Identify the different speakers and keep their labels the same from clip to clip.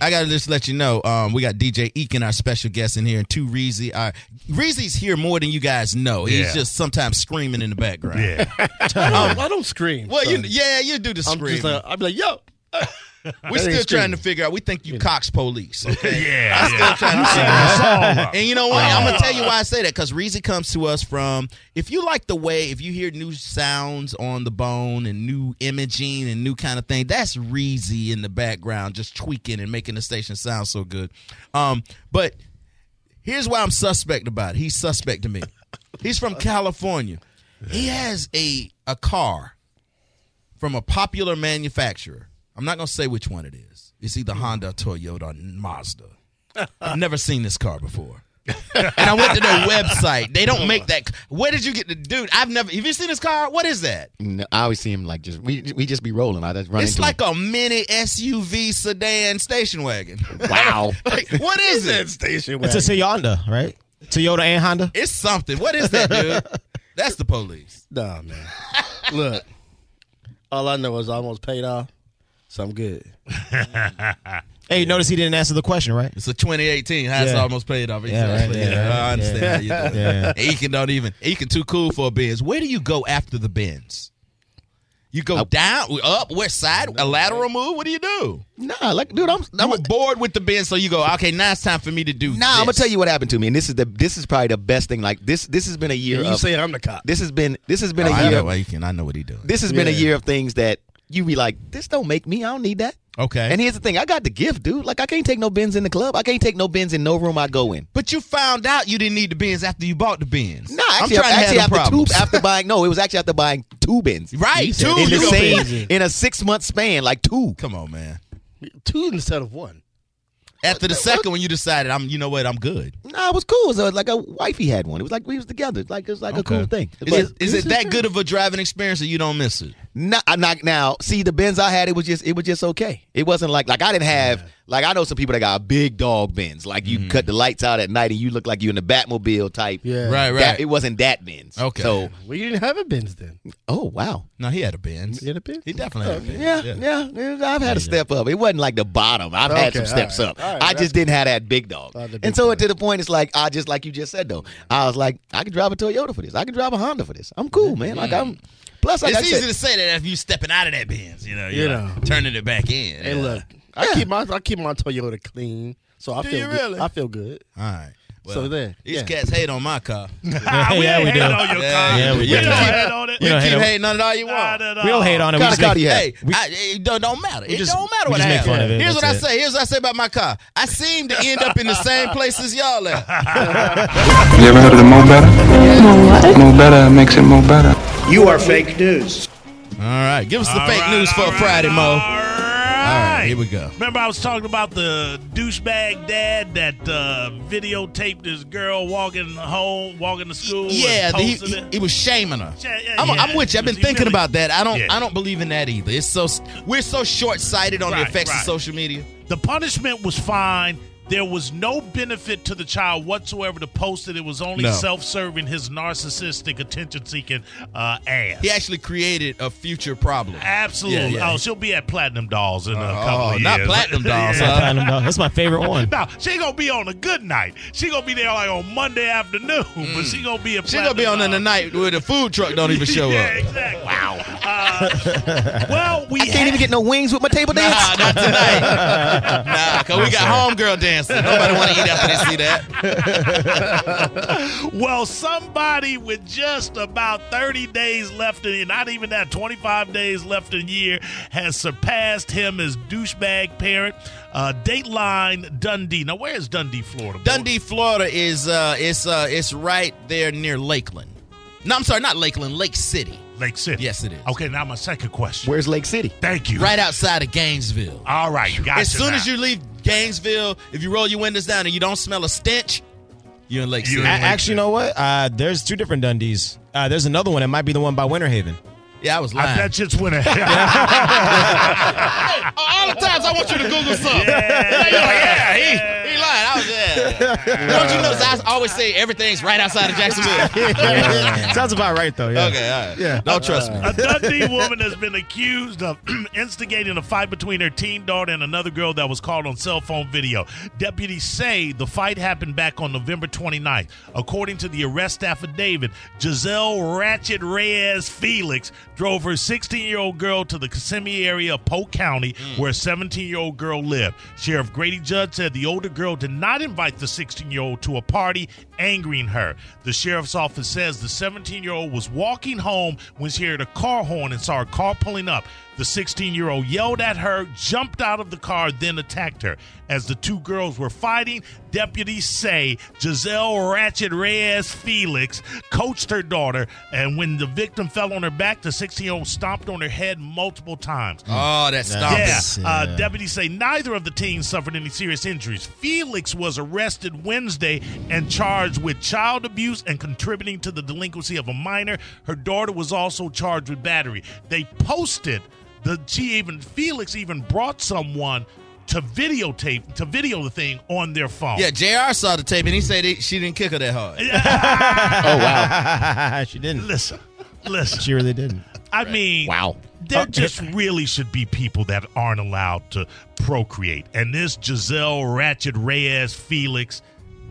Speaker 1: I gotta just let you know, um, we got DJ Eakin, our special guest in here, and two Reezy. Our Reezy's here more than you guys know. He's
Speaker 2: Yeah.
Speaker 1: just sometimes screaming in the background.
Speaker 2: Yeah.
Speaker 3: I don't, I don't scream.
Speaker 1: Well, you,
Speaker 3: so
Speaker 1: yeah, you do the
Speaker 3: I'm
Speaker 1: screaming.
Speaker 3: just like, I'm like, yo.
Speaker 1: We're
Speaker 3: That
Speaker 1: still
Speaker 3: ain't
Speaker 1: trying to
Speaker 3: screaming.
Speaker 1: figure out. We think you Cox police. Okay?
Speaker 2: Yeah,
Speaker 1: I'm still
Speaker 2: yeah.
Speaker 1: trying to
Speaker 2: You
Speaker 1: figure
Speaker 2: setting us
Speaker 1: out.
Speaker 2: all up.
Speaker 1: And you know what? I'm gonna tell you why I say that because Reezy comes to us from. If you like the way, if you hear new sounds on the bone and new imaging and new kind of thing, that's Reezy in the background just tweaking and making the station sound so good. Um, but here's why I'm suspect about it. He's suspect to me. He's from California. He has a a car from a popular manufacturer. I'm not going to say which one it is. It's either Honda, Toyota, or Mazda. I've never seen this car before. and I went to their website. They don't make that. Where did you get the dude? I've never. Have you seen this car? What is that?
Speaker 4: No, I always see him like just we we just be rolling. I just run
Speaker 1: It's
Speaker 4: into
Speaker 1: like a mini SUV sedan station wagon.
Speaker 4: him. wow.
Speaker 1: Like, what is it?
Speaker 3: Station
Speaker 5: It's a
Speaker 3: wagon.
Speaker 5: Toyota, right? Toyota and Honda.
Speaker 1: It's something. What is that, dude? That's the police.
Speaker 3: Nah, man. Look, all I know is I almost paid off, so I'm good.
Speaker 5: Hey, notice he didn't answer the question, right?
Speaker 1: It's a 2018. That's
Speaker 5: Yeah.
Speaker 1: almost paid off.
Speaker 5: Yeah, right,
Speaker 1: Exactly.
Speaker 5: yeah, right,
Speaker 1: I understand how you do it.
Speaker 5: Yeah.
Speaker 1: Eakin don't even. Eakin too cool for a Benz. Where do you go after the Benz? You go down, up, west side, a lateral move. What do you do?
Speaker 4: Nah, like dude, I'm
Speaker 1: I'm
Speaker 4: I'm a,
Speaker 1: bored with the Benz, so you go. Okay, now it's time for me to do.
Speaker 4: nah. I'm gonna tell you what happened to me, and this is the this is probably the best thing. Like this this has been a year.
Speaker 3: And you
Speaker 4: of,
Speaker 3: say I'm the cop.
Speaker 4: this has been this has been
Speaker 1: Oh,
Speaker 4: a
Speaker 1: I
Speaker 4: year.
Speaker 1: know Eakin. I know what he doing.
Speaker 4: This has been a
Speaker 3: Yeah.
Speaker 4: year of things that you be like, this don't make me. I don't need that.
Speaker 1: Okay.
Speaker 4: And here's the thing, I got the gift, dude. Like I can't take no bins in the club. I can't take no bins in no room I go in.
Speaker 1: but you found out you didn't need the Benz after you bought the Benz.
Speaker 4: No, actually,
Speaker 1: I'm trying
Speaker 4: actually
Speaker 1: to have
Speaker 4: after
Speaker 1: the problems.
Speaker 4: two after buying no, it was actually after buying two bins.
Speaker 1: right,
Speaker 5: said
Speaker 1: two.
Speaker 5: it
Speaker 4: In the
Speaker 1: You go,
Speaker 4: same in a six month span, like two.
Speaker 1: Come on, man.
Speaker 3: Two instead of one.
Speaker 1: After the second one, you decided I'm. You know what? I'm good.
Speaker 4: Nah, it was cool. It was uh, like a wifey had one. It was like we was together. It's Like it was like a cool thing.
Speaker 1: Is it, is it that good of a driving experience, or you don't miss it?
Speaker 4: Not, not now. See, the Benz I had, it was just it was just okay. It wasn't like like I didn't have like I know some people that got big dog Benz. Like you cut the lights out at night and you look like you in the Batmobile type.
Speaker 3: Yeah.
Speaker 1: Right, right. Oh.
Speaker 4: That- it wasn't that Benz.
Speaker 1: Okay.
Speaker 4: So
Speaker 3: Well, you didn't have a Benz then.
Speaker 4: oh wow.
Speaker 1: no, he had a Benz.
Speaker 3: You had a Benz?
Speaker 1: He definitely had a Benz.
Speaker 4: Yeah, yeah, I've had a step up. It wasn't like the bottom. I've had
Speaker 3: Okay,
Speaker 4: some steps
Speaker 3: all right,
Speaker 4: up.
Speaker 3: all right,
Speaker 4: I just didn't have that big dog.
Speaker 3: Not the big
Speaker 4: and so to the point, it's like I just like you just said though. I was like, I could drive a Toyota for this. I could drive a Honda for this. I'm cool, man. Like I'm. Plus, like
Speaker 1: it's
Speaker 4: I
Speaker 1: easy
Speaker 4: said,
Speaker 1: to say that if you stepping out of that Benz, you know, you're
Speaker 3: You
Speaker 1: like
Speaker 3: know.
Speaker 1: turning it back in.
Speaker 3: Hey,
Speaker 1: Yeah.
Speaker 3: look, I keep my I keep my Toyota clean, so I
Speaker 1: Do
Speaker 3: feel
Speaker 1: you
Speaker 3: good.
Speaker 1: really?
Speaker 3: I feel good.
Speaker 1: All right. Well,
Speaker 3: So there,
Speaker 1: these
Speaker 3: yeah.
Speaker 1: cats hate on my car. You
Speaker 2: Ah, we
Speaker 5: Yeah,
Speaker 2: ain't
Speaker 5: we
Speaker 2: hate
Speaker 5: do.
Speaker 2: on your
Speaker 1: Yeah,
Speaker 2: car.
Speaker 1: yeah, we
Speaker 2: we
Speaker 1: do.
Speaker 2: don't hate on it.
Speaker 5: You
Speaker 1: keep
Speaker 5: don't hate on-
Speaker 1: hating on it all you
Speaker 2: Not
Speaker 1: want.
Speaker 2: at
Speaker 5: We
Speaker 2: all.
Speaker 5: don't hate on it.
Speaker 4: Kinda
Speaker 5: we just
Speaker 4: car
Speaker 5: make-
Speaker 4: you have?
Speaker 1: Hey, I, it don't, don't matter. It
Speaker 5: just-
Speaker 1: don't matter
Speaker 5: we
Speaker 1: what I
Speaker 5: just make
Speaker 1: have.
Speaker 5: fun of it,
Speaker 1: Here's what
Speaker 5: that's
Speaker 1: I
Speaker 5: it.
Speaker 1: say. Here's what I say about my car. I seem to end up in the same place as y'all at.
Speaker 6: You ever heard of the Mo Better? Mo Better makes it Mo Better.
Speaker 7: You are fake news.
Speaker 1: All right. Give us the
Speaker 2: All
Speaker 1: fake
Speaker 2: right,
Speaker 1: news for
Speaker 2: all
Speaker 1: a Friday,
Speaker 2: right,
Speaker 1: Mo.
Speaker 2: All
Speaker 1: All
Speaker 2: right.
Speaker 1: right. Here we go.
Speaker 2: Remember, I was talking about the douchebag dad that uh, videotaped this girl walking home, walking to school.
Speaker 1: Yeah,
Speaker 2: and
Speaker 1: the- he,
Speaker 2: posted
Speaker 1: he-
Speaker 2: it.
Speaker 1: he was shaming her.
Speaker 2: Yeah, yeah,
Speaker 1: I'm,
Speaker 2: yeah.
Speaker 1: I'm with you. I've been
Speaker 2: He
Speaker 1: thinking
Speaker 2: really-
Speaker 1: about that. I don't.
Speaker 2: Yeah.
Speaker 1: I don't believe in that either. It's so we're so short sighted on
Speaker 2: Right,
Speaker 1: the effects of
Speaker 2: right.
Speaker 1: social media.
Speaker 2: The punishment was fine. There was no benefit to the child whatsoever to post it. It was only
Speaker 1: No.
Speaker 2: self-serving his narcissistic, attention-seeking uh, ass.
Speaker 1: He actually created a future problem.
Speaker 2: Absolutely.
Speaker 1: Yeah, yeah.
Speaker 2: Oh, she'll be at Platinum Dolls in a couple
Speaker 1: Oh,
Speaker 2: of
Speaker 1: not
Speaker 2: years.
Speaker 1: platinum dolls.
Speaker 2: Yeah.
Speaker 1: huh?
Speaker 5: Platinum, though. That's my favorite one.
Speaker 2: No, she gonna be on a good night. She gonna be there like on Monday afternoon, but she gonna be a.
Speaker 1: Mm. She gonna be on in the night where the food truck don't even show
Speaker 2: yeah,
Speaker 1: up.
Speaker 2: exactly. Wow. Uh, well, we
Speaker 4: I can't even get no wings with my table dance.
Speaker 1: Nah, not tonight. nah, cause we got homegirl dancing. Nobody want to eat after they see that.
Speaker 2: Well, somebody with just about 30 days left in, not even that, 25 days left in year, has surpassed him as douchebag parent. Uh, Dateline Dundee. Now, where is Dundee, Florida? boy?
Speaker 1: Dundee, Florida is uh, it's uh, it's right there near Lakeland. No, I'm sorry, not Lakeland, Lake City,
Speaker 2: Lake City.
Speaker 1: Yes, it is.
Speaker 2: Okay, now my second question.
Speaker 4: Where's Lake City?
Speaker 2: Thank you.
Speaker 1: right outside of Gainesville.
Speaker 2: All right, gotcha.
Speaker 1: as soon
Speaker 2: now.
Speaker 1: as you leave Gainesville, if you roll your windows down and you don't smell a stench, you're in Lake City.
Speaker 2: You're in
Speaker 5: A-
Speaker 2: Lake
Speaker 5: actually, you know what? Uh, there's two different Dundees. Uh, there's another one. It might be the one by Winter Haven.
Speaker 1: yeah, I was
Speaker 2: I
Speaker 1: lying.
Speaker 2: bet you it's winning. yeah,
Speaker 1: All the times I want you to Google something.
Speaker 2: yeah,
Speaker 1: You're like, yeah, he, he lying. I was yeah. Don't you notice I always say everything's right outside of Jacksonville?
Speaker 5: Sounds about right though. Yeah.
Speaker 1: okay, all right. Yeah. Don't trust me.
Speaker 2: A Dundee woman has been accused of instigating a fight between her teen daughter and another girl that was caught on cell phone video. Deputies say the fight happened back on November 29th. According to the arrest affidavit, Giselle Ratchet Reyes Felix drove her 16 year old girl to the Kissimmee area of Polk County
Speaker 1: Mm.
Speaker 2: where a 17 year old girl lived. Sheriff Grady Judd said the older girl did not invite the 16 year old to a party, angering her. The sheriff's office says the 17 year old was walking home when she heard a car horn and saw a car pulling up. The 16 year old yelled at her, jumped out of the car, then attacked her. As the two girls were fighting, deputies say Giselle Ratchet Reyes Felix coached her daughter, and when the victim fell on her back, the 16 year old stomped on her head multiple times.
Speaker 1: Oh, that stomping.
Speaker 2: Yeah. Uh,
Speaker 5: Yeah.
Speaker 2: deputies say neither of the teens suffered any serious injuries. Felix was arrested Wednesday and charged with child abuse and contributing to the delinquency of a minor. Her daughter was also charged with battery. They posted the she even Felix even brought someone to videotape to video the thing on their phone.
Speaker 1: Yeah, JR saw the tape and he said he, she didn't kick her that hard.
Speaker 5: she didn't.
Speaker 2: Listen, listen.
Speaker 5: She really didn't.
Speaker 2: I mean,
Speaker 4: Wow.
Speaker 2: There just really should be people that aren't allowed to procreate, and this Giselle Ratchet Reyes Felix,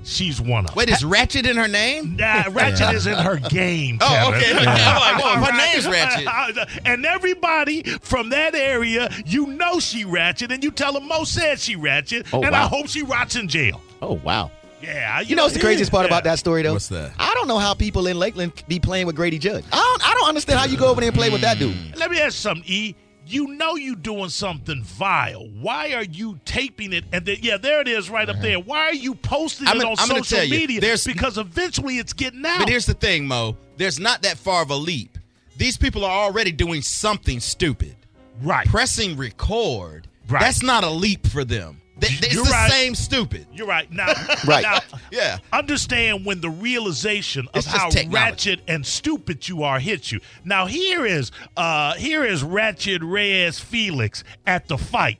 Speaker 2: she's one of. them.
Speaker 1: Wait, is Ratchet in her name?
Speaker 2: Nah, Ratchet is in her game.
Speaker 1: Oh,
Speaker 2: Kevin.
Speaker 1: okay. I'm like, whoa, her name's
Speaker 2: Ratchet. And everybody from that area, you know she Ratchet, and you tell them Mo said she Ratchet,
Speaker 4: Oh,
Speaker 2: and I
Speaker 4: wow.
Speaker 2: hope she rots in jail.
Speaker 4: Oh wow.
Speaker 2: Yeah,
Speaker 4: You know what's the craziest part
Speaker 2: yeah.
Speaker 4: about that story though?
Speaker 1: What's that?
Speaker 4: I don't know how people in Lakeland be playing with Grady Judd. I don't. I don't understand how you go over there and play with that dude.
Speaker 2: Let me ask you something, E. You know you doing something vile. Why are you taping it? And then, yeah, there it is right up there. Why are you posting
Speaker 1: I'm
Speaker 2: it
Speaker 1: gonna-
Speaker 2: on
Speaker 1: I'm gonna
Speaker 2: social
Speaker 1: tell you,
Speaker 2: media?
Speaker 1: there's-
Speaker 2: because eventually it's getting out.
Speaker 1: But here's the thing, Mo. There's not that far of a leap. These people are already doing something stupid.
Speaker 2: right.
Speaker 1: Pressing record,
Speaker 2: Right.
Speaker 1: that's not a leap for them. Th- th- It's
Speaker 2: You're
Speaker 1: the
Speaker 2: right.
Speaker 1: same stupid.
Speaker 2: You're right. Now,
Speaker 4: Right.
Speaker 2: now,
Speaker 1: Yeah.
Speaker 2: understand when the realization of
Speaker 1: It's just
Speaker 2: how
Speaker 1: technology.
Speaker 2: ratchet and stupid you are hits you. Now here is uh here is Ratchet Reyes Felix at the fight.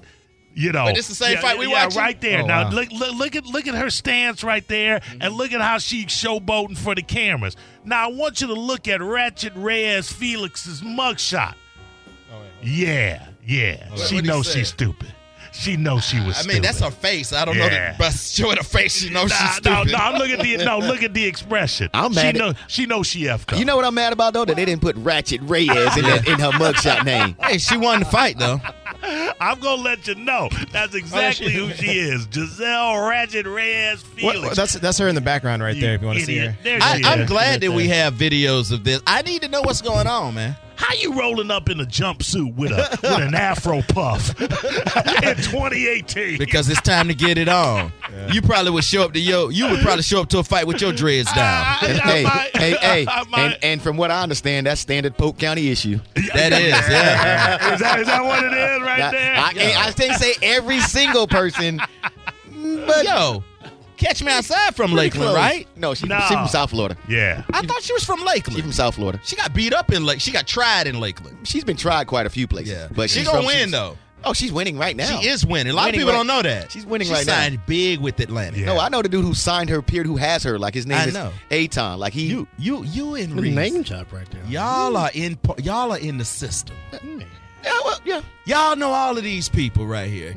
Speaker 2: You know,
Speaker 1: Wait, this the same
Speaker 2: yeah,
Speaker 1: fight we
Speaker 2: yeah,
Speaker 1: watching?
Speaker 2: right there.
Speaker 5: Oh,
Speaker 2: now
Speaker 5: wow.
Speaker 2: look, look look at look at her stance right there,
Speaker 1: Mm-hmm.
Speaker 2: and look at how she showboating for the cameras. Now I want you to look at Ratchet Reyes Felix's mugshot. yeah, yeah, she
Speaker 1: Oh, What'd he
Speaker 2: knows
Speaker 1: say?
Speaker 2: she's stupid. She knows she was.
Speaker 1: I mean, that's
Speaker 2: stupid.
Speaker 1: her face. I don't know
Speaker 2: Yeah.
Speaker 1: that by showing her face, she knows Oh, she's
Speaker 2: Nah,
Speaker 1: stupid.
Speaker 2: No, no, look at the no, look at the expression.
Speaker 4: I'm
Speaker 2: she
Speaker 4: mad at-
Speaker 2: know she knows she effed up.
Speaker 4: You know what I'm mad about though? That they didn't put Ratchet Reyes in, that- in her mugshot name.
Speaker 1: Hey, she won the fight though.
Speaker 2: I'm gonna let you know. That's exactly who she is. Giselle Ratchet Reyes Felix.
Speaker 5: What- that's that's her in the background right there. If you want to see
Speaker 2: idiot.
Speaker 5: her.
Speaker 2: There
Speaker 1: I,
Speaker 2: she
Speaker 1: I'm
Speaker 2: is.
Speaker 1: glad that we have videos of this. I need to know what's going on, man.
Speaker 2: How you rolling up in a jumpsuit with a with an afro puff in 2018?
Speaker 1: Because it's time to get it on. You probably would show up to your. You would probably show up to a fight with your dreads down.
Speaker 2: I- I
Speaker 4: hey,
Speaker 2: might-
Speaker 4: hey, hey,
Speaker 2: I
Speaker 4: and,
Speaker 2: might-
Speaker 4: and from what I understand, that's standard Polk County issue.
Speaker 1: that is, yeah.
Speaker 2: is, that, is that what it is right
Speaker 4: I,
Speaker 2: there?
Speaker 4: I, can't- I can't say every single person, but
Speaker 1: Yo, catch me outside from
Speaker 4: pretty
Speaker 1: Lakeland,
Speaker 4: close.
Speaker 1: right?
Speaker 4: No, she,
Speaker 2: Nah.
Speaker 4: she from South Florida.
Speaker 2: yeah.
Speaker 1: I thought she was from
Speaker 4: She
Speaker 1: Lakeland.
Speaker 4: from South Florida.
Speaker 1: She got beat up in Lake. She got tried in Lakeland.
Speaker 4: She's been tried quite a few places.
Speaker 1: Yeah,
Speaker 4: but
Speaker 1: she
Speaker 4: she's
Speaker 1: gonna
Speaker 4: from-
Speaker 1: win,
Speaker 4: she's-
Speaker 1: though.
Speaker 4: Oh, she's winning right now.
Speaker 1: She is winning. A lot
Speaker 4: Winning
Speaker 1: of people
Speaker 4: right-
Speaker 1: don't know that.
Speaker 4: She's winning
Speaker 1: she
Speaker 4: right now.
Speaker 1: signed big with Atlantic.
Speaker 2: Yeah.
Speaker 4: No, I know the dude who signed her period, who has her. Like his name
Speaker 1: I
Speaker 4: is
Speaker 1: know.
Speaker 4: Aton. Like he.
Speaker 1: You, you, you and Reese,
Speaker 3: Name job right there. Mm,
Speaker 1: y'all are in. po- Y'all are in the system.
Speaker 4: Yeah, Oh, well, yeah.
Speaker 1: Y'all know all of these people right here.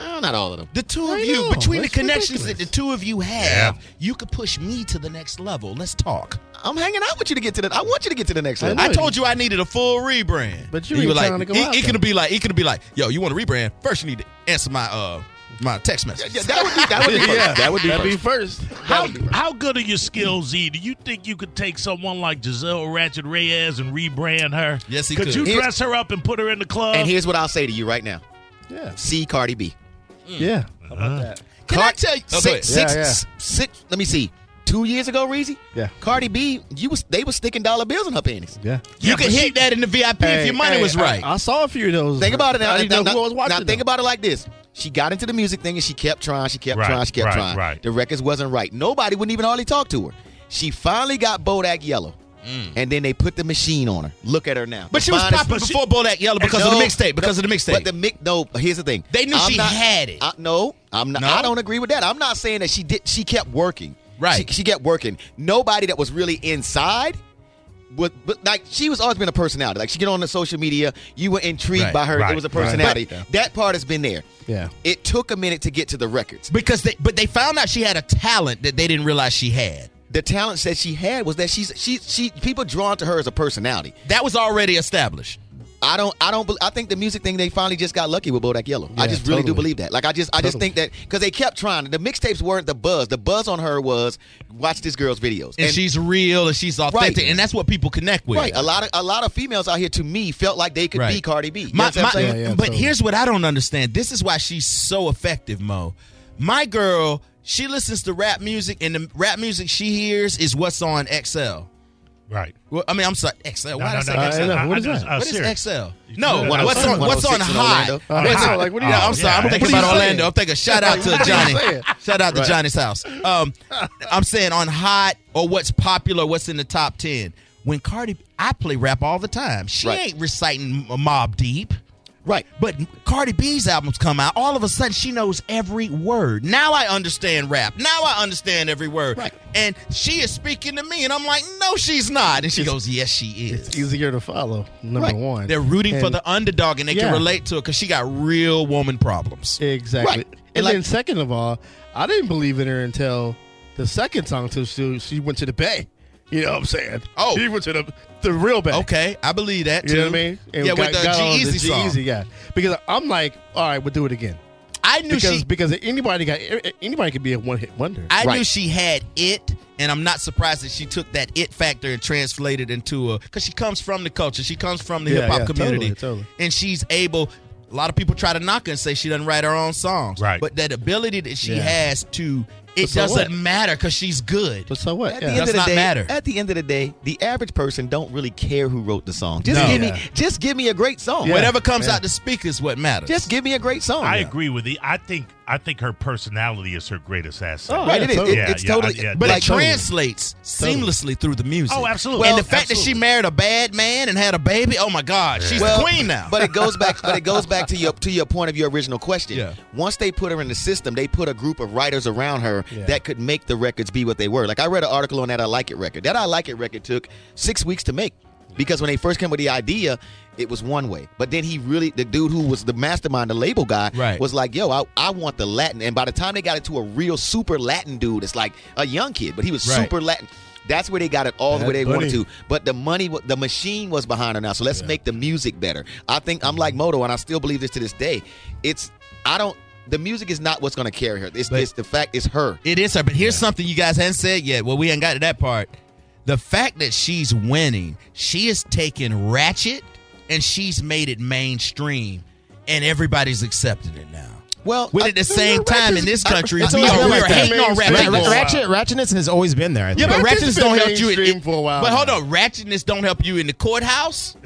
Speaker 4: Uh, not all of them.
Speaker 1: The two of
Speaker 3: I
Speaker 1: you,
Speaker 3: know,
Speaker 1: between the
Speaker 3: that's
Speaker 1: connections that
Speaker 3: ridiculous.
Speaker 1: the two of you have, you could push me to the next level. Let's talk.
Speaker 4: I'm hanging out with you to get to the. I want you to get to the next
Speaker 3: I
Speaker 4: level.
Speaker 3: know.
Speaker 1: I
Speaker 3: Good.
Speaker 1: told you I needed a full rebrand.
Speaker 3: But you
Speaker 1: were
Speaker 3: ain't
Speaker 1: like,
Speaker 3: trying to go
Speaker 1: it,
Speaker 3: out
Speaker 1: it
Speaker 3: there.
Speaker 1: could be like, it could be like, yo, you want a rebrand? First, you need to answer my uh my text message.
Speaker 4: Yeah, that would be. That would be. yeah, that would be.
Speaker 3: That'd be
Speaker 4: first.
Speaker 3: first.
Speaker 2: How, how good are your skills, E? Do you think you could take someone like Giselle Ratchet Reyes and rebrand her?
Speaker 1: Yes, he could.
Speaker 2: you
Speaker 4: Here's-
Speaker 2: dress her up and put her in the club?
Speaker 4: And here's what I'll say to you right now:
Speaker 3: Yeah.
Speaker 4: See Cardi B.
Speaker 3: Yeah. How about that?
Speaker 1: Can I tell you? Oh, go ahead.
Speaker 4: Six, six,
Speaker 3: Yeah, yeah.
Speaker 4: s- six- Let me see. Two years ago, Reezy.
Speaker 3: Yeah.
Speaker 4: Cardi B, you was they was sticking dollar bills in her panties.
Speaker 3: Yeah.
Speaker 1: you
Speaker 2: Yeah,
Speaker 1: could
Speaker 2: but
Speaker 1: hit
Speaker 2: she-
Speaker 1: that in the VIP if
Speaker 3: Hey,
Speaker 1: your money
Speaker 3: hey,
Speaker 1: was
Speaker 3: I-
Speaker 1: right.
Speaker 3: I, saw a few of those.
Speaker 4: Think about it now.
Speaker 3: I didn't know
Speaker 4: now,
Speaker 3: who I was watching.
Speaker 4: now think about it like this. She got into the music thing and she kept trying, she kept
Speaker 2: Right,
Speaker 4: trying, she kept
Speaker 2: right,
Speaker 4: trying.
Speaker 2: right.
Speaker 4: The records wasn't right. Nobody wouldn't even hardly talk to her. She finally got Bodak Yellow. and then they put the machine on her. Look at her now.
Speaker 1: But she was
Speaker 4: Fine as-
Speaker 1: popping before Bodak Yellow because of the
Speaker 4: No,
Speaker 1: mixtape. Because
Speaker 4: no,
Speaker 1: of the mixtape.
Speaker 4: But the mix. No, here's the thing.
Speaker 1: They knew she had it.
Speaker 4: I, no, I'm not.
Speaker 1: No?
Speaker 4: I don't agree with that. I'm not saying that she did. She kept working.
Speaker 1: Right.
Speaker 4: She, she kept working. Nobody that was really inside. But, but like she was always been a personality. Like she get on the social media, you were intrigued
Speaker 1: Right,
Speaker 4: by her.
Speaker 2: right,
Speaker 4: it was a
Speaker 2: right.
Speaker 4: personality.
Speaker 3: But-
Speaker 4: That part has been there.
Speaker 3: Yeah.
Speaker 4: It took a minute to get to the records.
Speaker 1: because they but they found out she had a talent that they didn't realize she had.
Speaker 4: The talents that she had was that she's she she people drawn to her as a personality.
Speaker 1: That was already established.
Speaker 4: I don't. I don't. bel- I think the music thing they finally just got lucky with Bodak Yellow. I
Speaker 3: Yeah,
Speaker 4: just really do
Speaker 3: totally.
Speaker 4: believe that. Like I just. I just think that because they kept trying. The mixtapes weren't the buzz. The buzz on her was watch this girl's videos.
Speaker 1: And, she's real and she's authentic.
Speaker 4: Right.
Speaker 1: And that's what people connect with.
Speaker 4: right. A lot of a lot of females out here to me felt like they could
Speaker 1: Right.
Speaker 4: be Cardi B. You
Speaker 1: My-
Speaker 4: know what I'm
Speaker 1: my-
Speaker 4: saying?
Speaker 3: Yeah, yeah,
Speaker 1: but
Speaker 3: totally.
Speaker 1: here's what I don't understand. This is why she's so effective, Mo. My girl, she listens to rap music, and the rap music she hears is what's on XL.
Speaker 2: Right.
Speaker 1: Well, I mean, I'm sorry, XL. Why did I say
Speaker 3: no,
Speaker 1: XL?
Speaker 3: no,
Speaker 2: I-
Speaker 3: what
Speaker 2: I
Speaker 3: is
Speaker 2: just-
Speaker 3: that?
Speaker 2: uh,
Speaker 1: What is
Speaker 2: serious.
Speaker 1: XL? No,
Speaker 2: Yeah,
Speaker 1: what's on what's on
Speaker 4: 106 in
Speaker 1: high?
Speaker 4: Orlando.
Speaker 3: Uh,
Speaker 1: What's
Speaker 3: I know,
Speaker 1: on-
Speaker 3: like, what are you-
Speaker 1: Yeah, I'm
Speaker 2: yeah,
Speaker 1: sorry. I'm thinking
Speaker 2: what are
Speaker 1: about
Speaker 2: you
Speaker 1: Orlando.
Speaker 3: saying?
Speaker 1: I'm thinking shout out to Johnny.
Speaker 3: saying?
Speaker 1: Shout out to Johnny's house. Um, I'm saying on hot or what's popular, what's in the top ten. When Cardi, I play rap all the time. She
Speaker 4: Right.
Speaker 1: ain't reciting Mob Deep.
Speaker 4: Right.
Speaker 1: But Cardi B's albums come out. All of a sudden, she knows every word. Now I understand rap. Now I understand every word.
Speaker 4: Right.
Speaker 1: And she is speaking to me, and I'm like, no, she's not. And she goes, yes, she
Speaker 3: It's
Speaker 1: is.
Speaker 3: easier to follow. Number
Speaker 4: Right.
Speaker 3: one,
Speaker 1: They're rooting for
Speaker 3: And-
Speaker 1: the underdog, and they
Speaker 3: Yeah.
Speaker 1: can relate to it because she got real woman problems.
Speaker 3: exactly.
Speaker 4: Right.
Speaker 3: And,
Speaker 4: And like-
Speaker 3: then second of all, I didn't believe in her until the second song until she, she went to the bay. You know what I'm saying?
Speaker 1: Oh.
Speaker 3: she went to the the real bay.
Speaker 1: Okay, I believe that too.
Speaker 3: You know what I mean? And
Speaker 1: yeah,
Speaker 3: got-
Speaker 1: with the
Speaker 3: got on
Speaker 1: G Easy song.
Speaker 3: G-Eazy, yeah. Because I'm like, all right, we'll do it again.
Speaker 1: I knew
Speaker 3: Because
Speaker 1: she.
Speaker 3: because anybody got anybody could be a one hit wonder.
Speaker 1: I knew
Speaker 4: Right.
Speaker 1: she had it, and I'm not surprised that she took that it factor and translated into a because she comes from the culture, she comes from the
Speaker 3: Yeah,
Speaker 1: hip hop
Speaker 3: yeah,
Speaker 1: community,
Speaker 3: totally, totally.
Speaker 1: and she's able. A lot of people try to knock her and say she doesn't write her own songs,
Speaker 2: Right.
Speaker 1: But that ability that she
Speaker 3: Yeah.
Speaker 1: has to, it
Speaker 3: so
Speaker 1: doesn't
Speaker 3: what?
Speaker 1: matter because she's good.
Speaker 3: but so
Speaker 4: At
Speaker 3: what?
Speaker 4: the
Speaker 3: Yeah.
Speaker 4: end
Speaker 1: Does
Speaker 4: of the
Speaker 1: not
Speaker 4: day,
Speaker 1: matter.
Speaker 4: at the end of the day, the average person don't really care who wrote the song. Just
Speaker 1: No.
Speaker 4: give me,
Speaker 3: Yeah.
Speaker 4: just give me a great song.
Speaker 3: Yeah.
Speaker 1: Whatever comes
Speaker 3: yeah.
Speaker 1: out the speaker is what matters.
Speaker 4: Just give me a great song.
Speaker 2: I agree with you. I think I think her personality is her greatest asset.
Speaker 3: Oh,
Speaker 4: Right,
Speaker 3: yeah,
Speaker 4: it is.
Speaker 3: totally.
Speaker 4: It-
Speaker 2: Yeah,
Speaker 4: it's
Speaker 2: yeah, I-
Speaker 4: totally.
Speaker 2: yeah,
Speaker 1: But
Speaker 4: like,
Speaker 1: it translates seamlessly through the music.
Speaker 2: Oh, absolutely.
Speaker 1: And the
Speaker 2: Well,
Speaker 1: fact that she
Speaker 2: absolutely.
Speaker 1: married a bad man and had a baby, oh my God, she's
Speaker 4: Well,
Speaker 1: the queen now.
Speaker 4: But it goes back. But it goes back to your to your point of your original question.
Speaker 1: Yeah.
Speaker 4: Once they put her in the system, they put a group of writers around her
Speaker 3: Yeah.
Speaker 4: that could make the records be what they were. Like I read an article on that I Like It record. That I Like It record took six weeks to make because when they first came with the idea. It was one way, but then he really, the dude who was the mastermind, the label guy,
Speaker 1: Right.
Speaker 4: was like, "Yo, I, I want the Latin." And by the time they got it to a real super Latin dude, it's like a young kid, but he was
Speaker 1: Right.
Speaker 4: super Latin. That's where they got it all the
Speaker 3: Bad
Speaker 4: way they wanted
Speaker 3: Bunny.
Speaker 4: to. But the money, wa- the machine was behind her now. So let's make the music better. I think I'm like Moto, and I still believe this to this day. It's I don't. The music is not what's going to carry her. It's,
Speaker 1: But-
Speaker 4: it's the fact. It's her.
Speaker 1: It is her. But here's something you guys haven't said yet. Well, we ain't got to that part. The fact that she's winning, she is taking Ratchet and she's made it mainstream, and everybody's accepting it now.
Speaker 4: Well,
Speaker 1: When
Speaker 4: I-
Speaker 1: at the same time in this country,
Speaker 5: it's
Speaker 1: we
Speaker 5: always
Speaker 1: are,
Speaker 5: been
Speaker 1: we
Speaker 5: like
Speaker 1: are
Speaker 5: that.
Speaker 1: hating on
Speaker 5: Ra-
Speaker 1: Ratchet.
Speaker 5: ra-
Speaker 2: Ratchet-
Speaker 5: ratchet, ratchetness has always been there. I think.
Speaker 1: yeah, but
Speaker 3: Ratchet's
Speaker 1: ratchetness
Speaker 3: been
Speaker 1: don't help you.
Speaker 3: mainstream for a while
Speaker 1: but hold
Speaker 3: now.
Speaker 1: on, ratchetness don't help you in the courthouse.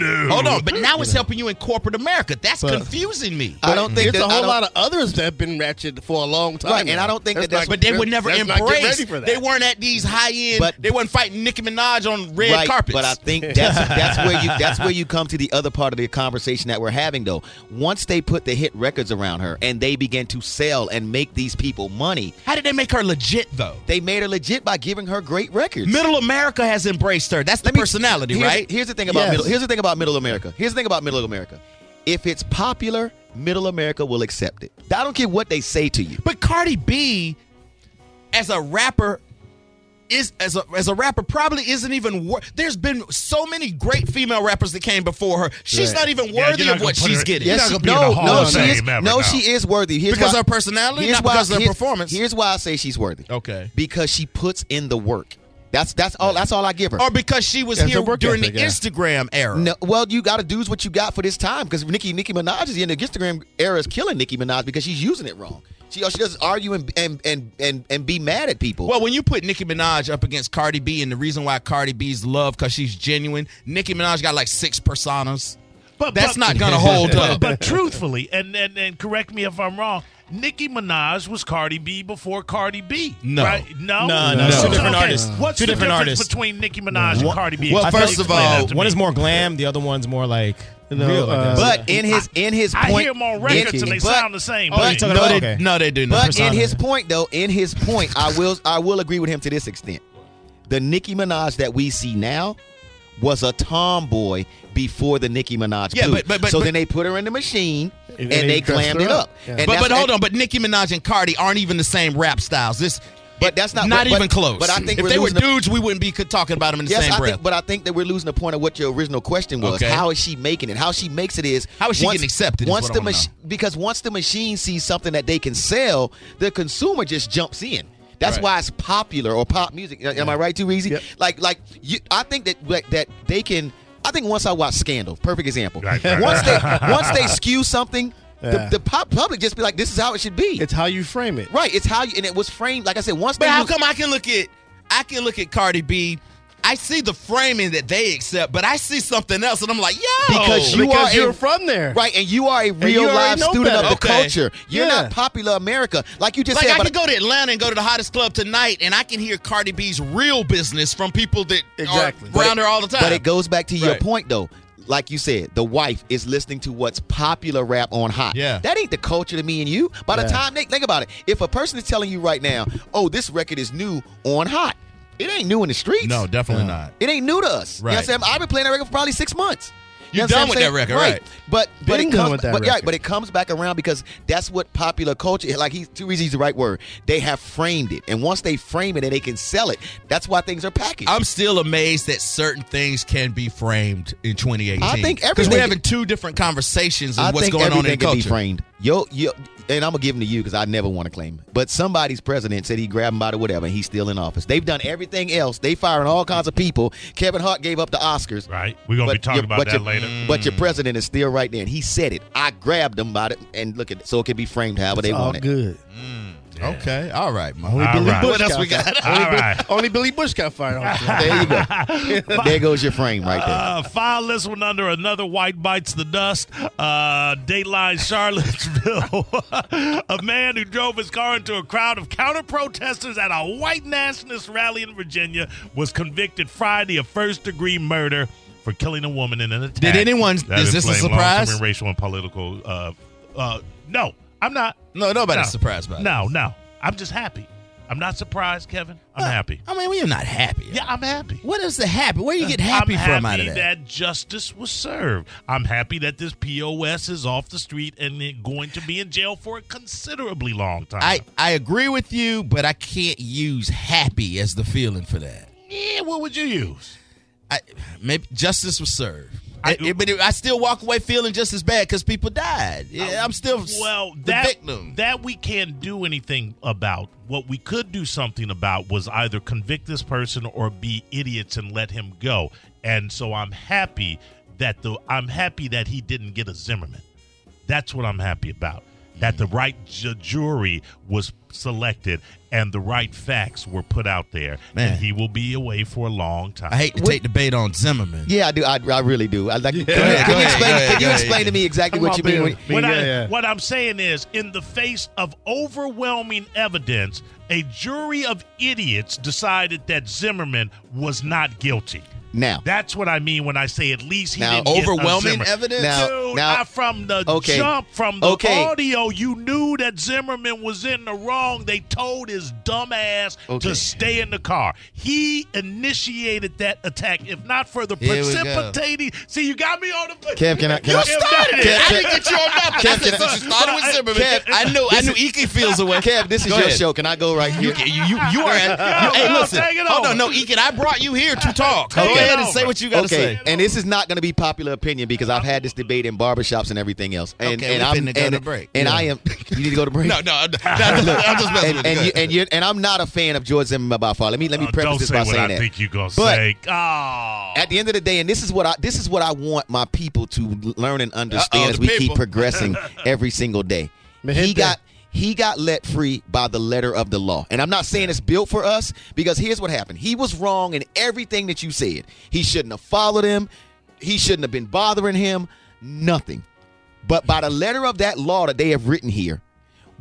Speaker 2: no.
Speaker 1: Hold on, but now it's helping you in corporate America. That's
Speaker 3: But-
Speaker 1: confusing me.
Speaker 4: I don't think
Speaker 3: There's
Speaker 4: that,
Speaker 3: a
Speaker 4: I
Speaker 3: whole
Speaker 4: don't-
Speaker 3: lot of others that have been ratchet for a long time.
Speaker 4: Right, and
Speaker 3: now.
Speaker 4: I don't think that that's-
Speaker 1: but they would never
Speaker 3: let's not get
Speaker 1: embrace.
Speaker 3: ready for that.
Speaker 1: They weren't at these high end.
Speaker 4: But-
Speaker 1: they weren't fighting Nicki Minaj on red
Speaker 4: right,
Speaker 1: carpets.
Speaker 4: But I think that's that's where you that's where you come to the other part of the conversation that we're having though. Once they put the hit records around her and they began to sell and make these people money,
Speaker 1: How did they make her legit though?
Speaker 4: they made her legit by giving her great records.
Speaker 1: Middle America has embraced her. That's the
Speaker 4: Let me-
Speaker 1: personality,
Speaker 4: here's-
Speaker 1: right?
Speaker 4: Here's the thing about
Speaker 3: Yes.
Speaker 4: middle. Here's the thing about Middle America. Here's the thing about Middle America. If it's popular, Middle America will accept it. I don't care what they say to you.
Speaker 1: but Cardi B, as a rapper, is as a as a rapper probably isn't even. Wor- There's been so many great female rappers that came before her. She's
Speaker 3: Right.
Speaker 1: not even
Speaker 2: Yeah,
Speaker 1: worthy
Speaker 2: you're not
Speaker 1: of
Speaker 2: gonna
Speaker 1: what
Speaker 2: put
Speaker 1: she's
Speaker 2: her-
Speaker 1: getting.
Speaker 2: you're not
Speaker 4: Yes,
Speaker 2: gonna be in
Speaker 4: no,
Speaker 2: the Hall
Speaker 4: no,
Speaker 2: of
Speaker 4: she
Speaker 2: Fame
Speaker 4: is.
Speaker 2: ever,
Speaker 4: no,
Speaker 2: no.
Speaker 4: she is worthy. Here's
Speaker 1: Because
Speaker 4: why-
Speaker 1: her personality,
Speaker 4: here's
Speaker 1: not because of her
Speaker 4: here's-
Speaker 1: performance.
Speaker 4: Here's why I say she's worthy.
Speaker 1: Okay.
Speaker 4: Because she puts in the work. That's that's all. That's all I give her.
Speaker 1: or because she was
Speaker 3: As a
Speaker 1: here
Speaker 3: work
Speaker 1: during
Speaker 3: ethic,
Speaker 1: the
Speaker 3: yeah.
Speaker 1: Instagram era.
Speaker 4: No, well, you got to do what you got for this time because Nicki Nicki Minaj is in the Instagram era is killing Nicki Minaj because she's using it wrong. She all she does is argue and and and and, and be mad at people.
Speaker 1: Well, when you put Nicki Minaj up against Cardi B, and the reason why Cardi B's loved because she's genuine, Nicki Minaj got like six personas.
Speaker 2: But
Speaker 1: That's
Speaker 2: but-
Speaker 1: not gonna hold
Speaker 2: but-
Speaker 1: up.
Speaker 2: But truthfully, and, and and correct me if I'm wrong, Nicki Minaj was Cardi B before Cardi B.
Speaker 1: No.
Speaker 2: right? no,
Speaker 5: No, no,
Speaker 2: So,
Speaker 5: two different
Speaker 2: okay,
Speaker 5: artists.
Speaker 2: What's
Speaker 5: Two
Speaker 2: the
Speaker 5: different
Speaker 2: difference
Speaker 5: artists.
Speaker 2: between Nicki Minaj and Cardi B?
Speaker 4: Well,
Speaker 2: Explain-
Speaker 4: first of
Speaker 2: explain
Speaker 4: all,
Speaker 2: that to
Speaker 5: One
Speaker 2: me.
Speaker 5: is more glam, the other one's more like
Speaker 3: No,
Speaker 5: real. I
Speaker 3: uh,
Speaker 5: guess.
Speaker 4: But in his in his
Speaker 2: I
Speaker 4: point,
Speaker 2: hear them on records
Speaker 4: in-
Speaker 2: and they
Speaker 4: but-
Speaker 2: sound the same.
Speaker 5: Oh,
Speaker 2: to
Speaker 5: you're
Speaker 2: me.
Speaker 5: talking
Speaker 4: No,
Speaker 5: about
Speaker 4: they-
Speaker 5: okay.
Speaker 1: No, they do not.
Speaker 4: But in
Speaker 5: persona.
Speaker 4: his point, though, in his point, I will I will agree with him to this extent. The Nicki Minaj that we see now was a tomboy before the Nicki Minaj.
Speaker 1: Yeah,
Speaker 4: blew.
Speaker 1: but- but- but-
Speaker 4: so
Speaker 1: but-
Speaker 4: then they put her in the machine and,
Speaker 3: they
Speaker 4: they
Speaker 3: dressed
Speaker 4: glammed
Speaker 3: her
Speaker 4: it
Speaker 3: up.
Speaker 4: up.
Speaker 3: Yeah.
Speaker 4: And
Speaker 1: but
Speaker 4: that's-
Speaker 1: but hold
Speaker 4: and-
Speaker 1: on, but Nicki Minaj and Cardi aren't even the same rap styles. This,
Speaker 4: But that's not-
Speaker 1: not
Speaker 4: but-
Speaker 1: even
Speaker 4: but-
Speaker 1: close.
Speaker 4: but I think
Speaker 1: if
Speaker 4: we're
Speaker 1: they were
Speaker 4: losing the-
Speaker 1: dudes, we wouldn't be talking about them in the
Speaker 4: Yes,
Speaker 1: same
Speaker 4: I
Speaker 1: breath.
Speaker 4: think, but I think that we're losing the point of what your original question was.
Speaker 1: Okay.
Speaker 4: How is she making it? How she makes it is
Speaker 1: How is she getting accepted is
Speaker 4: Once
Speaker 1: what I
Speaker 4: the
Speaker 1: wanna
Speaker 4: mach- because once the machine sees something that they can sell, the consumer just jumps in. That's
Speaker 1: Right.
Speaker 4: why it's popular or pop music. Am I right, too, Reezy?
Speaker 3: Yep.
Speaker 4: Like, like you, I think that like, that they can. I think once I watch Scandal, perfect example.
Speaker 2: Right, right,
Speaker 4: once they once they skew something,
Speaker 3: Yeah.
Speaker 4: the, the pop public just be like, "This is how it should be."
Speaker 3: It's how you frame it.
Speaker 4: right. It's how you, and it was framed. Like I said, once
Speaker 1: But
Speaker 4: they
Speaker 1: how
Speaker 4: use-
Speaker 1: come I can look at I can look at Cardi B, I see the framing that they accept, but I see something else and I'm like, yo,
Speaker 4: Because you
Speaker 3: because
Speaker 4: are a-
Speaker 3: you're from there.
Speaker 4: Right, and you are a
Speaker 3: you
Speaker 4: real
Speaker 3: already
Speaker 4: live
Speaker 3: know
Speaker 4: student
Speaker 3: better.
Speaker 4: of the
Speaker 1: Okay.
Speaker 4: culture. You're
Speaker 3: Yeah.
Speaker 4: not popular America, like you just
Speaker 1: like
Speaker 4: said.
Speaker 1: I
Speaker 4: but
Speaker 1: can go to Atlanta and go to the hottest club tonight, and I can hear Cardi B's real business from people that
Speaker 3: Exactly.
Speaker 1: are around her all the time.
Speaker 4: But it goes back to your
Speaker 1: Right.
Speaker 4: point, though. Like you said, the wife is listening to what's popular rap on hot.
Speaker 1: Yeah.
Speaker 4: That ain't the culture to me and you. By the
Speaker 3: Yeah.
Speaker 4: time they think about it, if a person is telling you right now, oh, this record is new on hot, it ain't new in the streets.
Speaker 1: definitely not.
Speaker 4: It ain't new to us. You know what
Speaker 1: Right.
Speaker 4: I'm saying? I've been playing that record for probably six months.
Speaker 1: You
Speaker 4: know what
Speaker 1: done
Speaker 4: I'm
Speaker 1: with
Speaker 4: saying?
Speaker 1: that record, right.
Speaker 4: But but
Speaker 3: Been done
Speaker 4: it comes
Speaker 3: with that
Speaker 4: but, yeah,
Speaker 3: record.
Speaker 4: but it comes back around because that's what popular culture like he's two reasons he's the right word. They have framed it. And once they frame it and they can sell it, that's why things are packaged.
Speaker 1: I'm still amazed that certain things can be framed in 2018.
Speaker 4: I think
Speaker 1: because
Speaker 4: everything-
Speaker 1: we're having two different conversations
Speaker 4: I
Speaker 1: of what's
Speaker 4: think
Speaker 1: going on
Speaker 4: everything
Speaker 1: in
Speaker 4: can be
Speaker 1: culture.
Speaker 4: framed. Yo, yo, and I'm gonna give them to you because I never want to claim. It. But somebody's president said he grabbed him by the whatever, and he's still in office. They've done everything else. They firing all kinds of people. Kevin Hart gave up the Oscars.
Speaker 2: Right. We're going to be talking
Speaker 4: your-
Speaker 2: about that
Speaker 4: your,
Speaker 2: later. Mm.
Speaker 4: But your president is still right there, and he said it. I grabbed him by it, and look at it. So it can be framed however they
Speaker 3: It's all
Speaker 4: want it.
Speaker 3: good.
Speaker 1: Okay, all right, Mo.
Speaker 3: Only
Speaker 2: All
Speaker 3: Billy
Speaker 2: right.
Speaker 3: Bush
Speaker 1: What else
Speaker 3: got
Speaker 1: we got?
Speaker 3: fired.
Speaker 2: All
Speaker 3: Only, Billy-
Speaker 2: right.
Speaker 3: only Billy Bush got fired. off that.
Speaker 4: There you go. there goes your frame right there.
Speaker 2: Uh, file this one under another white bites the dust. Uh, Dateline Charlottesville. a man who drove his car into a crowd of counter protesters at a white nationalist rally in Virginia was convicted Friday of first degree murder for killing a woman in an attack.
Speaker 1: Did anyone-
Speaker 2: that
Speaker 1: is this a
Speaker 2: inflamed
Speaker 1: surprise?
Speaker 2: long-term Racial and political. Uh, uh, no, I'm not.
Speaker 1: No, nobody's
Speaker 2: No.
Speaker 1: surprised by that.
Speaker 2: No, no. I'm just happy. I'm not surprised, Kevin. I'm happy.
Speaker 1: I mean, we're not happy.
Speaker 2: Yeah, I'm happy.
Speaker 1: What is the happy? Where you get happy
Speaker 2: I'm
Speaker 1: from
Speaker 2: happy
Speaker 1: out of that?
Speaker 2: that justice was served. I'm happy that this POS is off the street and then going to be in jail for a considerably long time.
Speaker 1: I, I agree with you, but I can't use happy as the feeling for that.
Speaker 2: yeah, what would you use?
Speaker 1: I, maybe justice was served.
Speaker 2: I-
Speaker 1: I, but I still walk away feeling just as bad because people died. Yeah, I'm still s-
Speaker 2: Oh, Well,
Speaker 1: the
Speaker 2: that
Speaker 1: victim.
Speaker 2: that we can't do anything about. What we could do something about was either convict this person or be idiots and let him go. And so I'm happy that the I'm happy that he didn't get a Zimmerman. That's what I'm happy about. That the right ju- jury was selected and the right facts were put out there,
Speaker 1: Man.
Speaker 2: and he will be away for a long time.
Speaker 1: I hate to take the bait on Zimmerman.
Speaker 4: Yeah, I do. I, I really do. I like. Can,
Speaker 1: Go
Speaker 4: you,
Speaker 1: ahead,
Speaker 4: can
Speaker 1: go
Speaker 4: you
Speaker 1: ahead,
Speaker 4: explain?
Speaker 1: go ahead,
Speaker 4: can you
Speaker 1: go ahead,
Speaker 4: explain to me exactly what you mean? when-
Speaker 2: What,
Speaker 3: yeah,
Speaker 2: I,
Speaker 3: yeah.
Speaker 2: what I'm saying is, in the face of overwhelming evidence, a jury of idiots decided that Zimmerman was not guilty.
Speaker 4: now,
Speaker 2: That's what I mean when I say at least he
Speaker 4: Now,
Speaker 2: didn't get a
Speaker 1: overwhelming
Speaker 2: Zimmerman.
Speaker 1: evidence?
Speaker 4: Now-
Speaker 2: Dude,
Speaker 4: now-
Speaker 2: I- from the
Speaker 4: Okay.
Speaker 2: jump, from the
Speaker 4: Okay.
Speaker 2: audio, you knew that Zimmerman was in the wrong. They told his dumb ass
Speaker 4: Okay.
Speaker 2: to stay in the car. He initiated that attack. If not for the
Speaker 1: Here we go.
Speaker 2: precipitating, see, you got me on the.
Speaker 4: Kev, can I- can
Speaker 2: You
Speaker 4: I-
Speaker 2: started it.
Speaker 4: Kev,
Speaker 1: I
Speaker 4: Kev-
Speaker 1: didn't get you on nothing.
Speaker 4: Kev,
Speaker 1: I said,
Speaker 4: can I-
Speaker 1: so she started with Zimmerman.
Speaker 4: Kev,
Speaker 1: I knew, I knew Ike feels away.
Speaker 4: Kev, this is
Speaker 1: Go
Speaker 4: your
Speaker 1: ahead.
Speaker 4: show. Can I go right here?
Speaker 1: You, you, you are. At, you, hey,
Speaker 2: no,
Speaker 1: listen.
Speaker 2: take it
Speaker 1: Hold
Speaker 2: over.
Speaker 1: on, no, Eakin, I brought you here to talk. Go
Speaker 2: Take it
Speaker 1: ahead and
Speaker 2: over.
Speaker 1: say what you got to
Speaker 4: okay,
Speaker 1: say.
Speaker 4: and this is not going to be popular opinion because I've had this debate in barbershops and everything else. And,
Speaker 1: Okay,
Speaker 4: and
Speaker 1: we
Speaker 4: I'm
Speaker 1: finna go
Speaker 4: and,
Speaker 1: to break.
Speaker 4: And
Speaker 1: Yeah.
Speaker 4: I am. You need to go to break.
Speaker 1: No, no, I'm, I'm just- I'm just messing
Speaker 4: and,
Speaker 1: with
Speaker 4: and,
Speaker 1: you.
Speaker 4: you, and you and I'm not a fan of George Zimmerman by far. Let me let me
Speaker 2: Oh,
Speaker 4: preface
Speaker 2: don't
Speaker 4: this
Speaker 2: say
Speaker 4: by
Speaker 2: what
Speaker 4: saying
Speaker 2: I
Speaker 4: that.
Speaker 2: think you're gonna
Speaker 4: But-
Speaker 2: say. Oh,
Speaker 4: At the end of the day, and this is what I this is what I want my people to learn and understand
Speaker 1: Uh-oh,
Speaker 4: as
Speaker 1: the
Speaker 4: we keep
Speaker 1: people.
Speaker 4: progressing every single day.
Speaker 3: Me
Speaker 4: He
Speaker 3: hit
Speaker 4: got he got let free by the letter of the law. And I'm not saying it's built for us because here's what happened. He was wrong in everything that you said. He shouldn't have followed him. He shouldn't have been bothering him. Nothing. But by the letter of that law that they have written here,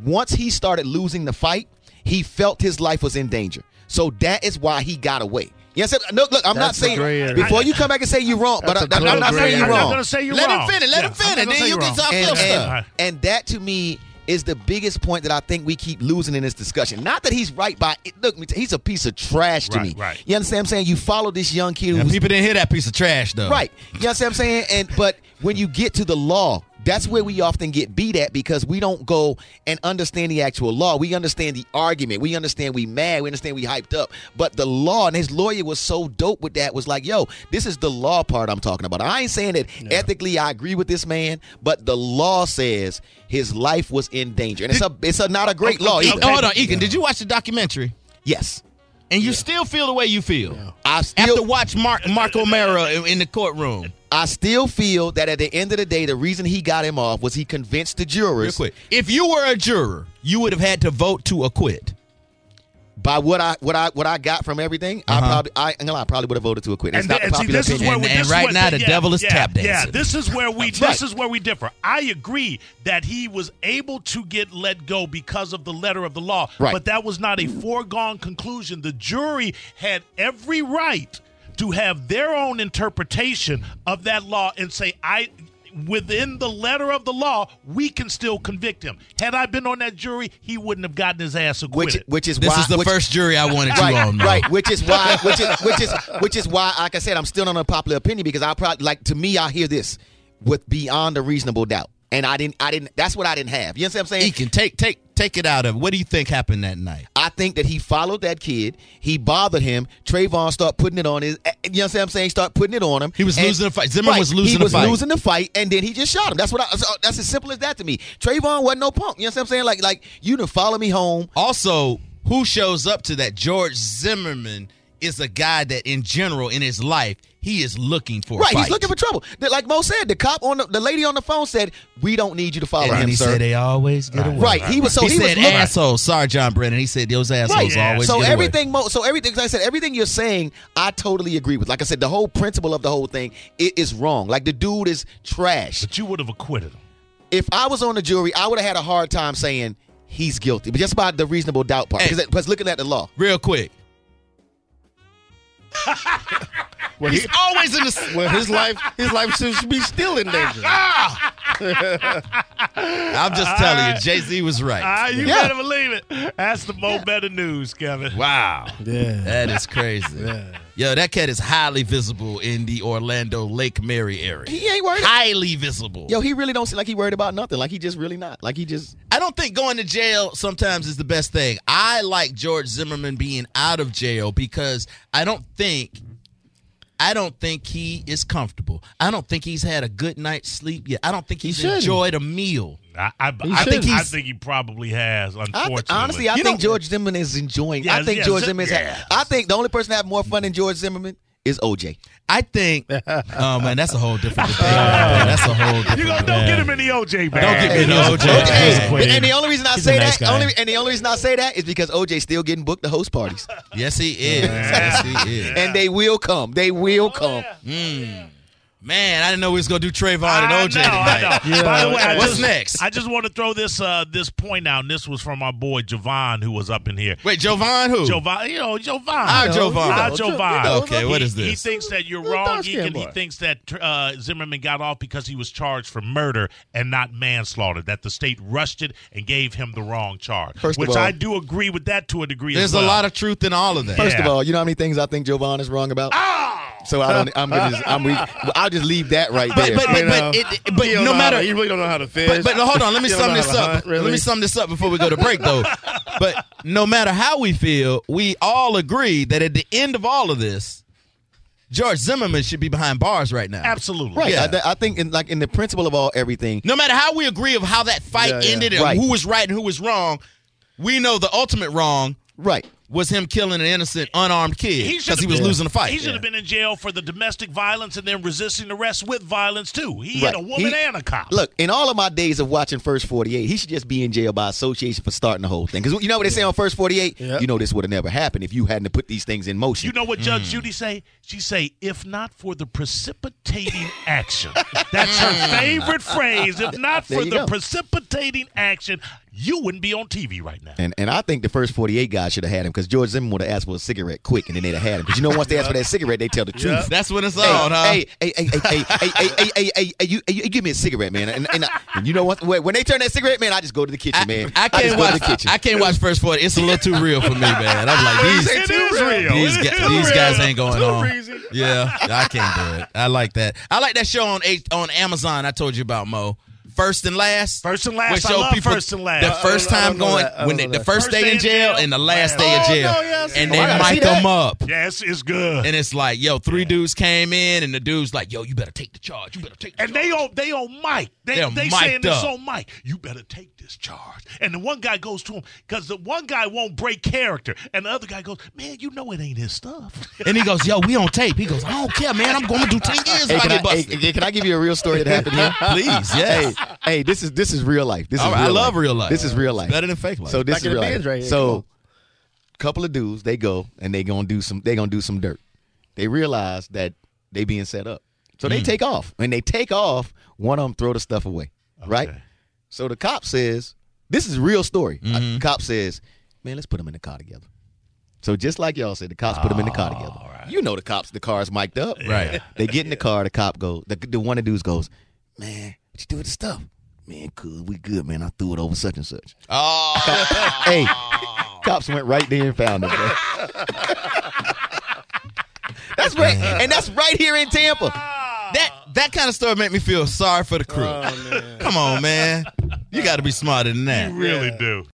Speaker 4: Once he started losing the fight, he felt his life was in danger. So that is why he got away. Yes, sir. no, look, I'm not
Speaker 3: That's the
Speaker 4: saying
Speaker 3: gray area.
Speaker 4: before you come back and say you're wrong, but
Speaker 3: That's
Speaker 4: I,
Speaker 3: a
Speaker 4: am not
Speaker 3: total gray
Speaker 4: saying
Speaker 3: area.
Speaker 4: you're
Speaker 2: I'm
Speaker 4: wrong.
Speaker 2: not gonna say you're
Speaker 1: Let
Speaker 2: wrong.
Speaker 1: him finish. Let him finish. Then you can talk your
Speaker 4: and,
Speaker 1: stuff.
Speaker 4: and, and that to me is the biggest point that I think we keep losing in this discussion. Not that he's right by it. Look, me t- he's a piece of trash to
Speaker 2: Right,
Speaker 4: me.
Speaker 2: right.
Speaker 4: You understand what I'm saying? You follow this young kid
Speaker 1: And
Speaker 4: who's
Speaker 1: people didn't hear that piece of trash though.
Speaker 4: right. You understand what I'm saying? And but when you get to the law, that's where we often get beat at because we don't go and understand the actual law. We understand the argument. We understand we mad. We understand we hyped up. But the law and his lawyer was so dope with that. Was like, yo, this is the law part I'm talking about. I ain't saying that ethically I agree with this man, but the law says his life was in danger, and it's a it's a not a great law
Speaker 1: E-
Speaker 4: either.
Speaker 1: hold on, Egan. Did you watch the documentary?
Speaker 4: Yes,
Speaker 1: And you still feel the way you feel
Speaker 4: I
Speaker 1: after
Speaker 4: still
Speaker 1: watch Mark Mark O'Mara in, in the courtroom.
Speaker 4: I still feel that at the end of the day, the reason he got him off was he convinced the jurors.
Speaker 1: Real quick, if you were a juror, you would have had to vote to acquit.
Speaker 4: by what I what I what I got from everything,
Speaker 1: Uh-huh.
Speaker 4: I probably I, ain't gonna lie, I probably would have voted to acquit. It's
Speaker 2: And,
Speaker 4: not
Speaker 2: th-
Speaker 4: the
Speaker 2: and see,
Speaker 4: popular
Speaker 2: this is
Speaker 4: opinion.
Speaker 2: where
Speaker 1: And-
Speaker 2: we,
Speaker 1: and
Speaker 2: this
Speaker 1: right
Speaker 2: is where,
Speaker 1: now, the
Speaker 2: yeah,
Speaker 1: devil is
Speaker 2: yeah,
Speaker 1: tap
Speaker 2: Yeah,
Speaker 1: dancing.
Speaker 2: this is where we
Speaker 4: right.
Speaker 2: this is where we differ. I agree that he was able to get let go because of the letter of the law,
Speaker 4: Right.
Speaker 2: but that was not a foregone conclusion. The jury had every right to have their own interpretation of that law and say, I. Within the letter of the law, we can still convict him. Had I been on that jury, he wouldn't have gotten his ass acquitted.
Speaker 4: which which is
Speaker 1: This
Speaker 4: why
Speaker 1: is the
Speaker 4: which,
Speaker 1: first jury I wanted you
Speaker 4: right,
Speaker 1: on. though.
Speaker 4: right, which is why which is which is which is why like I said, I'm still not a popular opinion because I probably like to me I hear this with beyond a reasonable doubt. And I didn't I didn't that's what I didn't have. You understand what I'm saying?
Speaker 1: Egan, take take take it out of. What do you think happened that night?
Speaker 4: I think that he followed that kid. He bothered him. Trayvon start putting it on his. eh, You know what I'm saying? Start putting it on him.
Speaker 1: He was losing the fight. Zimmerman was losing
Speaker 4: he
Speaker 1: the
Speaker 4: was
Speaker 1: fight.
Speaker 4: losing the fight, and then he just shot him. That's what. I, so that's as simple as that to me. Trayvon wasn't no punk. You know what I'm saying? Like, like you done follow me home.
Speaker 1: Also, who shows up to that? George Zimmerman is a guy that, in general, in his life, he is looking for. a
Speaker 4: Right, he's
Speaker 1: fight.
Speaker 4: looking for trouble. That- Like Mo said, the cop on the, the lady on the phone said, "We don't need you to follow
Speaker 1: And
Speaker 4: him,
Speaker 1: he
Speaker 4: sir."
Speaker 1: said they always get away.
Speaker 4: right, he was so
Speaker 1: he,
Speaker 4: he, was
Speaker 1: said
Speaker 4: looking-
Speaker 1: assholes. Sorry, John Brennan. He said those assholes
Speaker 2: Right.
Speaker 1: always.
Speaker 4: so
Speaker 1: get away.
Speaker 4: everything Mo, so everything like I said everything you're saying I totally agree with like I said the whole principle of the whole thing it is wrong like the dude is trash
Speaker 2: but you would have acquitted him.
Speaker 4: if I was on the jury, I would have had a hard time saying he's guilty, but just by the reasonable doubt part.
Speaker 1: Hey.
Speaker 4: Because because looking at the law,
Speaker 1: real quick.
Speaker 3: Well, he-
Speaker 1: Always in the.
Speaker 3: well, his life, his life should should be still in danger.
Speaker 1: I'm just telling you, Jay Z was right.
Speaker 2: Ah, you
Speaker 4: Yeah.
Speaker 2: better believe it. That's the Mo Better News, Kevin.
Speaker 1: Wow,
Speaker 3: Yeah.
Speaker 1: that is crazy. Yo, that cat is highly visible in the Orlando Lake Mary area.
Speaker 4: he ain't worried.
Speaker 1: highly visible.
Speaker 4: Yo, he really don't seem like he worried about nothing. Like he just really not. Like he just
Speaker 1: I don't think going to jail sometimes is the best thing. I like George Zimmerman being out of jail because I don't think I don't think he is comfortable. I don't think he's had a good night's sleep yet. I don't think he's
Speaker 3: shouldn't.
Speaker 1: enjoyed a meal.
Speaker 2: I, I, I
Speaker 1: shouldn't.
Speaker 2: think I
Speaker 1: he's-
Speaker 2: think he probably has.
Speaker 4: I
Speaker 2: Unfortunately,
Speaker 4: th- honestly, I
Speaker 1: You
Speaker 4: think
Speaker 1: don't-
Speaker 4: George Zimmerman is enjoying. I
Speaker 2: Yeah,
Speaker 4: think
Speaker 2: yeah,
Speaker 4: George
Speaker 2: Zim-
Speaker 4: Zimmerman.
Speaker 2: yeah.
Speaker 4: I think the only person that have more fun than George Zimmerman is OJ.
Speaker 1: I think Oh man, that's a whole different debate. that's a whole different
Speaker 2: you gonna don't get him in the OJ bag.
Speaker 1: Don't get me no
Speaker 2: Hey,
Speaker 1: OJ
Speaker 2: look,
Speaker 1: bag.
Speaker 2: hey,
Speaker 4: Hey, and the only reason I
Speaker 5: He's a
Speaker 4: say
Speaker 5: nice
Speaker 4: that,
Speaker 5: guy.
Speaker 4: only and the only reason I say that is because OJ's still getting booked to host parties,
Speaker 1: Yes he is. Yes he is.
Speaker 4: and they will come. They will come.
Speaker 1: Man, I didn't know we was gonna do Trayvon
Speaker 2: I
Speaker 1: and OJ
Speaker 2: know, I
Speaker 1: tonight.
Speaker 2: know. By the way, I
Speaker 1: What's
Speaker 2: just,
Speaker 1: next?
Speaker 2: I just want to throw this uh, this point out. And this was from our boy Javon, who was up in here.
Speaker 1: Wait, Jovan who?
Speaker 2: Jovan, you know Jovan.
Speaker 1: Ah, Jovan.
Speaker 2: Ah,
Speaker 1: You know,
Speaker 2: Jovan.
Speaker 1: you know, Okay, what
Speaker 2: He-
Speaker 1: is this?
Speaker 2: He thinks that you're
Speaker 3: Little
Speaker 2: wrong.
Speaker 3: dark-skinned
Speaker 2: Egan. He
Speaker 3: boy.
Speaker 2: thinks that uh, Zimmerman got off because he was charged for murder and not manslaughter. That the state rushed it and gave him the wrong charge.
Speaker 4: First of
Speaker 2: which
Speaker 4: all-
Speaker 2: I do agree with that to a degree.
Speaker 1: There's
Speaker 2: as
Speaker 1: a
Speaker 2: well.
Speaker 1: lot of truth in all of that.
Speaker 4: First of
Speaker 2: Yeah.
Speaker 4: all, you know how many things I think Jovan is wrong about. So I don't. I'm gonna. Just, I'm. We, I'll just leave that right there.
Speaker 1: but-
Speaker 3: You know,
Speaker 1: but it- but
Speaker 3: he don't
Speaker 1: no
Speaker 3: know
Speaker 1: matter-
Speaker 3: how to- you really don't know how to fish.
Speaker 1: But, but no, hold on. Let me
Speaker 3: You don't
Speaker 1: sum
Speaker 3: know
Speaker 1: this
Speaker 3: how to
Speaker 1: up.
Speaker 3: hunt, really.
Speaker 1: Let me sum this up before we go to break, though. but no matter how we feel, we all agree that at the end of all of this, George Zimmerman should be behind bars right now.
Speaker 2: absolutely
Speaker 4: Right.
Speaker 1: Yeah.
Speaker 4: I, th- I think in like in the principle of all everything.
Speaker 1: No matter how we agree of how that fight
Speaker 3: Yeah, yeah.
Speaker 1: ended and
Speaker 4: Right.
Speaker 1: who was right and who was wrong, we know the ultimate wrong
Speaker 4: Right.
Speaker 1: was him killing an innocent, unarmed kid
Speaker 2: He
Speaker 1: because
Speaker 2: should've
Speaker 1: he, was
Speaker 2: been-
Speaker 1: losing the fight.
Speaker 2: He should have been in jail for the domestic violence and then resisting arrest with violence too. He
Speaker 4: right.
Speaker 2: hit a woman
Speaker 4: He-
Speaker 2: and a cop.
Speaker 4: Look, in all of my days of watching First 48, he should just be in jail by association for starting the whole thing. Because you know what they say on First 48?
Speaker 3: Yeah.
Speaker 4: You know this would have never happened if you hadn't have put these things in motion.
Speaker 2: you know what
Speaker 1: Mm.
Speaker 2: Judge Judy say? She say, "If not for the precipitating
Speaker 1: Mm.
Speaker 2: action," that's her favorite phrase. If not
Speaker 4: There
Speaker 2: for
Speaker 4: you
Speaker 2: the
Speaker 4: go.
Speaker 2: precipitating action, you wouldn't be on TV right now.
Speaker 4: And and I think the first 48 guys should have had him because George Zimmerman would have asked for a cigarette quick and then they'd have had him. Because you know, once they ask for that cigarette, they tell the truth.
Speaker 1: That's when it's
Speaker 4: Hey,
Speaker 1: on, huh?
Speaker 4: hey, hey, hey, hey, hey, hey, hey, hey, hey, hey, hey, you, hey, you give me a cigarette, man. And, and, I- and you know what? When when they turn that cigarette, man, I just go to the kitchen,
Speaker 1: I,
Speaker 4: man.
Speaker 1: I
Speaker 4: just
Speaker 1: can't
Speaker 4: go
Speaker 1: watch.
Speaker 4: to the kitchen.
Speaker 1: I can't watch first forty. It's a little too real for me, man. I'm like these.
Speaker 2: It is real.
Speaker 1: These,
Speaker 2: It
Speaker 1: guys,
Speaker 2: is
Speaker 1: these
Speaker 2: real.
Speaker 1: guys ain't going on.
Speaker 3: breezy.
Speaker 1: Yeah, I can't do it. I like that. I like that show on H- on Amazon. I told you about Mo. First and last.
Speaker 2: First and
Speaker 1: Which
Speaker 2: last. I
Speaker 1: show
Speaker 2: love
Speaker 1: people-
Speaker 2: first and last.
Speaker 1: The first
Speaker 3: I
Speaker 1: time
Speaker 3: don't know
Speaker 1: going
Speaker 3: that. I
Speaker 1: when
Speaker 3: don't
Speaker 1: they,
Speaker 3: know
Speaker 1: the
Speaker 3: that.
Speaker 1: first, day in jail and the last day in
Speaker 2: Oh,
Speaker 1: jail,
Speaker 3: no, yeah, I see
Speaker 1: and
Speaker 3: that.
Speaker 1: they
Speaker 4: Oh, I gotta see
Speaker 1: mic them
Speaker 4: that.
Speaker 1: up.
Speaker 2: yes, it's good.
Speaker 1: And it's like, yo, three dudes came in, and the dude's like, yo, you better take the charge. You better take. The
Speaker 2: And they on they on Mike. They
Speaker 1: They're
Speaker 2: they
Speaker 1: mic'd
Speaker 2: saying this
Speaker 1: up.
Speaker 2: on Mike. You better take this charge. And the one guy goes to him because the one guy won't break character, and the other guy goes, "Man, you know it ain't his stuff."
Speaker 1: charge." and he goes, yo, we on tape. He goes, I don't care, man. I'm going to do ten years
Speaker 4: Hey,
Speaker 1: if I get
Speaker 4: can, I, hey,
Speaker 1: busted.
Speaker 4: hey, can I give you a real story that happened here?
Speaker 1: Please, yes.
Speaker 4: Hey, hey, this is this is real life. This
Speaker 1: All
Speaker 4: is
Speaker 1: right, I
Speaker 4: real
Speaker 1: love real life.
Speaker 4: This is real
Speaker 1: It's
Speaker 4: life.
Speaker 1: better than fake life.
Speaker 4: So this
Speaker 3: Back
Speaker 4: is
Speaker 3: in the
Speaker 4: real
Speaker 3: bins
Speaker 4: life.
Speaker 3: right here, come on.
Speaker 4: so, couple of dudes, they go and they gonna do some. They gonna do some dirt. They realize that they being set up, so
Speaker 1: Hmm.
Speaker 4: they take off. When they take off, one of them throw the stuff away. Right.
Speaker 2: Okay.
Speaker 4: So the cop says, "This is real story." Uh,
Speaker 1: Mm-hmm.
Speaker 4: cop says, "Man, let's put them in the car together." So just like y'all said, the cops put them in the car together. You know the cops, the car's mic'd up.
Speaker 1: Right. Yeah.
Speaker 4: They get in the car, the cop goes, the, the one of the dudes goes, Man, what you do with the stuff? Man, cool, we good, man. I threw it over such and such.
Speaker 1: oh,
Speaker 4: Hey, cops went right there and found it. bro. that's right, and that's right here in Tampa.
Speaker 1: that that kind of story make me feel sorry for the crew. Come on, man. You got to be smarter than that.
Speaker 2: Really do.